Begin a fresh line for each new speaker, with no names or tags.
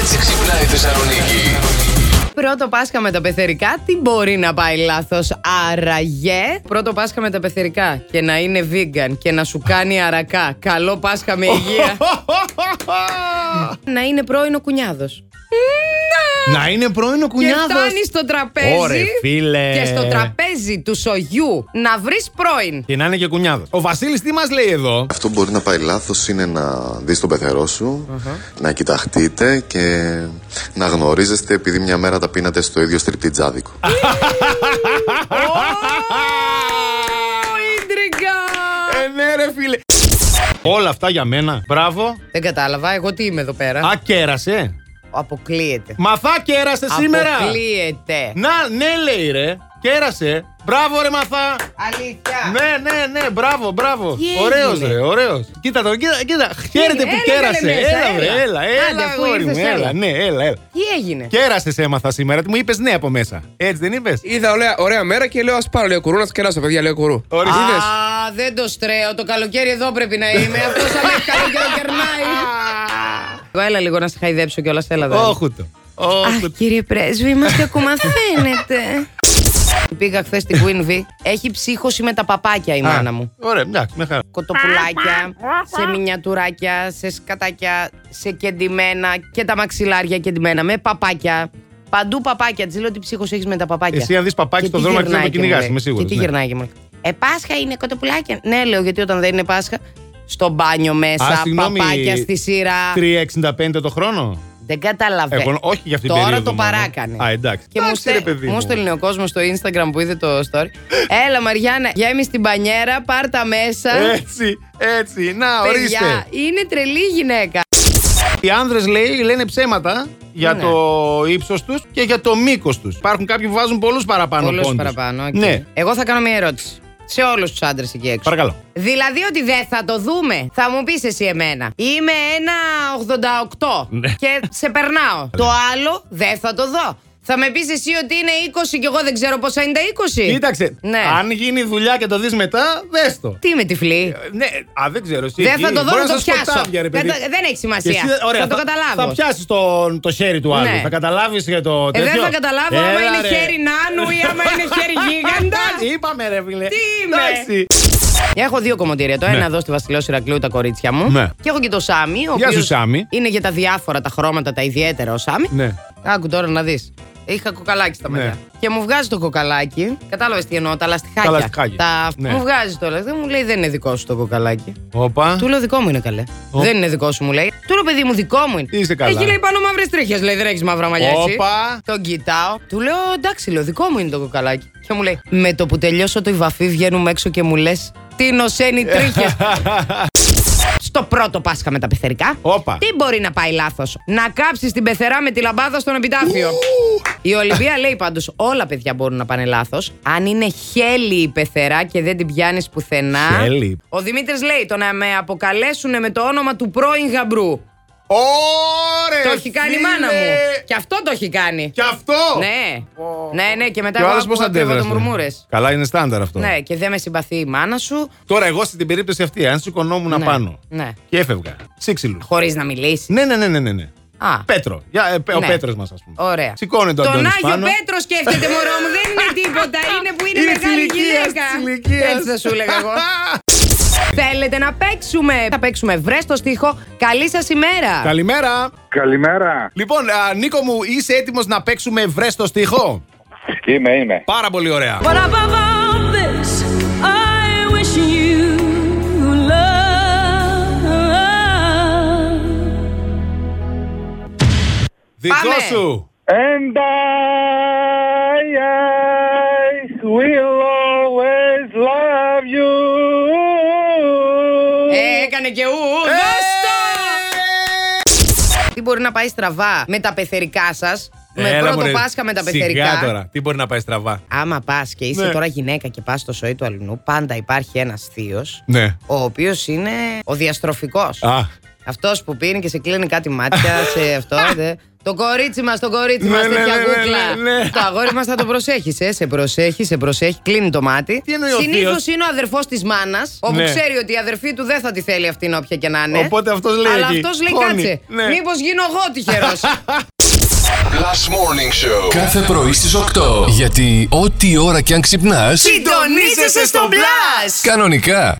έτσι ξυπνάει η Θεσσαλονίκη.
Πρώτο Πάσχα με τα πεθερικά, τι μπορεί να πάει λάθος. Άραγε. Πρώτο Πάσχα με τα πεθερικά και να είναι vegan και να σου κάνει αρακά. Καλό Πάσχα με υγεία. να είναι πρώην ο κουνιάδος.
Να είναι πρώην ο
Και
κουνιάδος.
φτάνεις στο τραπέζι.
Ωρε, φίλε.
Και στο τραπέζι του σογιού να βρεις πρώην.
Και να είναι και κουνιάδος. Ο Βασίλης τι μας λέει εδώ.
Αυτό που μπορεί να πάει λάθος είναι να δεις τον πεθερό σου, να κοιταχτείτε και να γνωρίζεστε επειδή μια μέρα τα πίνατε στο ίδιο στριπτιτζάδικο.
Ω, Ίντριγκα!
Ε, ναι, ρε φίλε. Όλα αυτά για μένα. Μπράβο.
Δεν κατάλαβα, εγώ τι είμαι εδώ πέρα.
Α, κέρασε.
Αποκλείεται.
Μα θα κέρασε σήμερα.
Αποκλείεται.
Να, ναι, λέει ρε. Κέρασε. Μπράβο, ρε μαθά.
Αλήθεια.
Ναι, ναι, ναι, μπράβο, μπράβο.
Τι έγινε?
Ωραίος, ρε, ωραίος. Κοίτα το, κοίτα, κοίτα. Χαίρετε
έγινε?
που
Έλα,
κέρασε.
καλέ, μέσα,
Έλα,
έλα.
βρε, έλα,
Άντε,
έλα,
αφού
αγόρι μου,
ήρθες, έλα.
έλα. Ναι, έλα, έλα.
Τι έγινε.
Κέρασε, έμαθα σήμερα. Τι μου είπες ναι από μέσα. Έτσι δεν είπες.
Είδα ωραία, ωραία μέρα και λέω: Ας πάρω λίγο κουρού, να σκελάσω, παιδιά, λέω κουρού.
Ορίστε.
Είδες?
Α, δεν το στρέω. Το καλοκαίρι εδώ πρέπει να είμαι. Αυτός αν έχει καλοκαίρι κερνάει. Εγώ έλα λίγο να σε χαϊδέψω κιόλας. Έλα εδώ.
Όχι το. Όχι
Αχ, κύριε πρέσβη, είμαστε ακόμα φαίνεται. Πήγα χθες στην Queen V. Έχει ψύχωση με τα παπάκια η μάνα μου.
Ωραία, εντάξει, με χαρά.
Κοτοπουλάκια, σε μινιατουράκια, σε σκατάκια, σε κεντυμένα και τα μαξιλάρια κεντυμένα με παπάκια. Παντού παπάκια. Της λέω τι ψύχο έχεις με τα παπάκια.
Εσύ αν δεις παπάκι
Και
στον
τι
δρόμο,
γυρνάει
αρχίζεις να
και μου
το κυνηγάς,
λέει.
είμαι σίγουρος,
Και τι
ναι.
γυρνάει και μου λέει, Ε, Πάσχα είναι κοτοπουλάκια. Ναι, λέω, γιατί όταν δεν είναι Πάσχα, στο μπάνιο μέσα,
Α, συγγνώμη,
παπάκια στη σειρά.
3,65 το χρόνο.
Δεν καταλαβαίνω.
Εγώ όχι για αυτήν την
Τώρα
περίοδο
το
μόνο.
παράκανε.
Α, εντάξει.
Και μου,
Εντάξει,
στε...
ρε, παιδί
μου
μου.
στέλνει ο κόσμος στο Instagram που είδε το story. Έλα, Μαριάννα, γέμισε την πανιέρα, πάρ τα μέσα.
Έτσι, έτσι. Να, ορίστε.
Ε. Παιδιά, είναι τρελή γυναίκα.
Οι άνδρες λέει, λένε ψέματα για
Ναι.
το ύψος τους και για το μήκος τους. Υπάρχουν κάποιοι που βάζουν πολλούς παραπάνω
Όλους
πόντους.
παραπάνω. οκ.
Ναι,
Εγώ θα κάνω μια ερώτηση. Σε όλους τους άντρες εκεί έξω.
παρακαλώ.
Δηλαδή ότι δεν θα το δούμε. Θα μου πεις εσύ εμένα. Είμαι ένα 88
Ναι.
και σε περνάω. το άλλο δεν θα το δω. Θα με πεις εσύ ότι είναι 20 και εγώ δεν ξέρω πόσα είναι τα 20.
Κοίταξε,
Ναι.
αν γίνει δουλειά και το δεις μετά, δες το.
Τι με τυφλή.
Ε, Ναι, α, δεν ξέρω. Εσύ,
Δεν
εκεί.
θα το δω
Μπορεί
να το
σας πω
πιάσω.
τάβια, ρε,
Δεν
παιδί.
τα- δεν έχει σημασία.
Και εσύ, ωραία,
Θα το
Θα
καταλάβω.
πιάσει το, το χέρι του άλλου.
Ναι.
Θα καταλάβεις για το.
Ε, δεν
τέτοιο.
θα καταλάβω άμα
Έλα,
είναι
ρε.
χέρι νάνου ή άμα είναι χέρι γίγαντα.
Εντάξει, Είπαμε, ρε φίλε.
Τι είμαι.
Εντάξει.
Έχω δύο κομμωτήρια. Το ένα εδώ στη Βασιλέω Ηρακλείου, τα κορίτσια μου.
Ναι.
Και έχω και το Σάμι. ο
Γεια σου,
οποίος
Σάμι.
Είναι για τα διάφορα, τα χρώματα, τα ιδιαίτερα ο Σάμι.
Ναι.
Άκου τώρα να δεις. Είχα κοκαλάκι στα μαλλιά.
Ναι.
Και μου βγάζει το κοκαλάκι. Κατάλαβες τι εννοώ, τα λαστιχάκια.
Τα λαστιχάκια. Ναι.
Μου βγάζει το λαστιχάκι, μου λέει δεν είναι δικό σου το κοκαλάκι.
Όπα.
Του λέω δικό μου είναι καλέ.
Ω.
Δεν είναι δικό σου, μου λέει. Του λέω παιδί μου δικό μου είναι.
Είσαι καλά.
Έχει λέει πάνω μαύρες τρίχες, λέει δεν έχεις μαύρα μαλλιά. εσύ».
Όπα.
Τον κοιτάω. Του λέω εντάξει, λέω δικό μου είναι το κοκαλάκι. Και μου λέει με το που τελειώσω το υβαφή βγαίνουμε έξω και μου λες τι νοσένει τρίχες. Στο πρώτο Πάσχα με τα πεθερικά.
Όπα.
Τι μπορεί να πάει λάθος. Να κάψεις την πεθερά με τη λαμπάδα στον επιτάφιο. Η Ολυμπία λέει πάντως: Όλα παιδιά μπορούν να πάνε λάθος. Αν είναι χέλη η πεθερά και δεν την πιάνεις πουθενά.
Χέλη.
Ο Δημήτρης λέει: Το να με αποκαλέσουν με το όνομα του πρώην γαμπρού.
Ωραία.
το έχει κάνει η μάνα μου. Και αυτό το έχει κάνει.
Ε, Και αυτό.
Ναι. Ναι, ναι, και μετά
Και ο
εγώ
άλλος πώς
άκουγα κρύβα
αντέδρασε.
το μουρμούρες.
Καλά, είναι στάνταρ αυτό.
Ναι, και δεν με συμπαθεί η μάνα σου.
Τώρα, εγώ στην περίπτωση αυτή, αν σηκωνόμουν
Ναι.
πάνω
Ναι.
και έφευγα. Σύξυλους.
Χωρίς να μιλήσεις.
Ναι, ναι, ναι, ναι, ναι, ναι.
Α.
Πέτρο. Για, ε, πε- Ο
Ναι.
Πέτρος μας, ας πούμε.
Ωραία.
Σηκώνεται ο
Τον
Αντώνης
Άγιο
πάνω.
Πέτρο σκέφτεται, μωρό μου. Δεν είναι τίποτα. Είναι που είναι,
Είναι της
μεγάλη
ηλικίας,
γυναίκα.
της ηλικίας.
Έτσι θα σου έλεγα εγώ. Θέλετε να παίξουμε. Θα παίξουμε. Βρε το στίχο. Καλή σας ημέρα.
Καλημέρα.
Καλημέρα.
Λοιπόν, α, Νίκο μου, είσαι έτοιμος να παίξουμε βρε στο στίχο.
Είμαι, είμαι.
Πάρα πολύ ωραία.
But above all this, I wish you love.
Δικό
Πάμε.
σου.
And I, I will always love you.
Ε, έκανε και ου. ου, δώσ' το! Τι μπορεί να πάει στραβά με τα πεθερικά σας. Με
Έλα,
πρώτο
μωρέ.
Πάσχα με τα
Σιγά
πεθερικά.
τώρα. Τι μπορεί να πάει στραβά.
Άμα πας και είσαι
Ναι.
τώρα γυναίκα και πας στο σοϊ του αλληνού, πάντα υπάρχει ένας θείος
Ναι.
ο οποίος είναι ο διαστροφικός.
Α,
Αυτός που πίνει και σε κλείνει κάτι μάτια, σε αυτό. δε. Το κορίτσι μας, το κορίτσι μας,
Ναι, ναι,
τέτοια
ναι, ναι, ναι,
κούκλα.
ναι.
Το αγόρι μας θα το προσέχεις, ε. Σε προσέχει, σε προσέχει. Κλείνει το μάτι.
Τι εννοεί ο θείος?
Συνήθως είναι ο αδερφός της μάνας, όπου
Ναι.
ξέρει ότι η αδερφή του δεν θα τη θέλει αυτήν όποια και να είναι.
Οπότε αυτός λέει
Αλλά
εκεί,
αυτός λέει
«Χώνει».
κάτσε.
Ναι.
Μήπως γίνω εγώ τυχερός.
Last Morning Show.
Κάθε πρωί στις 8. Γιατί ό,τι ώρα κι αν ξυπνάς,
Συντονίζεσαι στο μπλα!
κανονικά.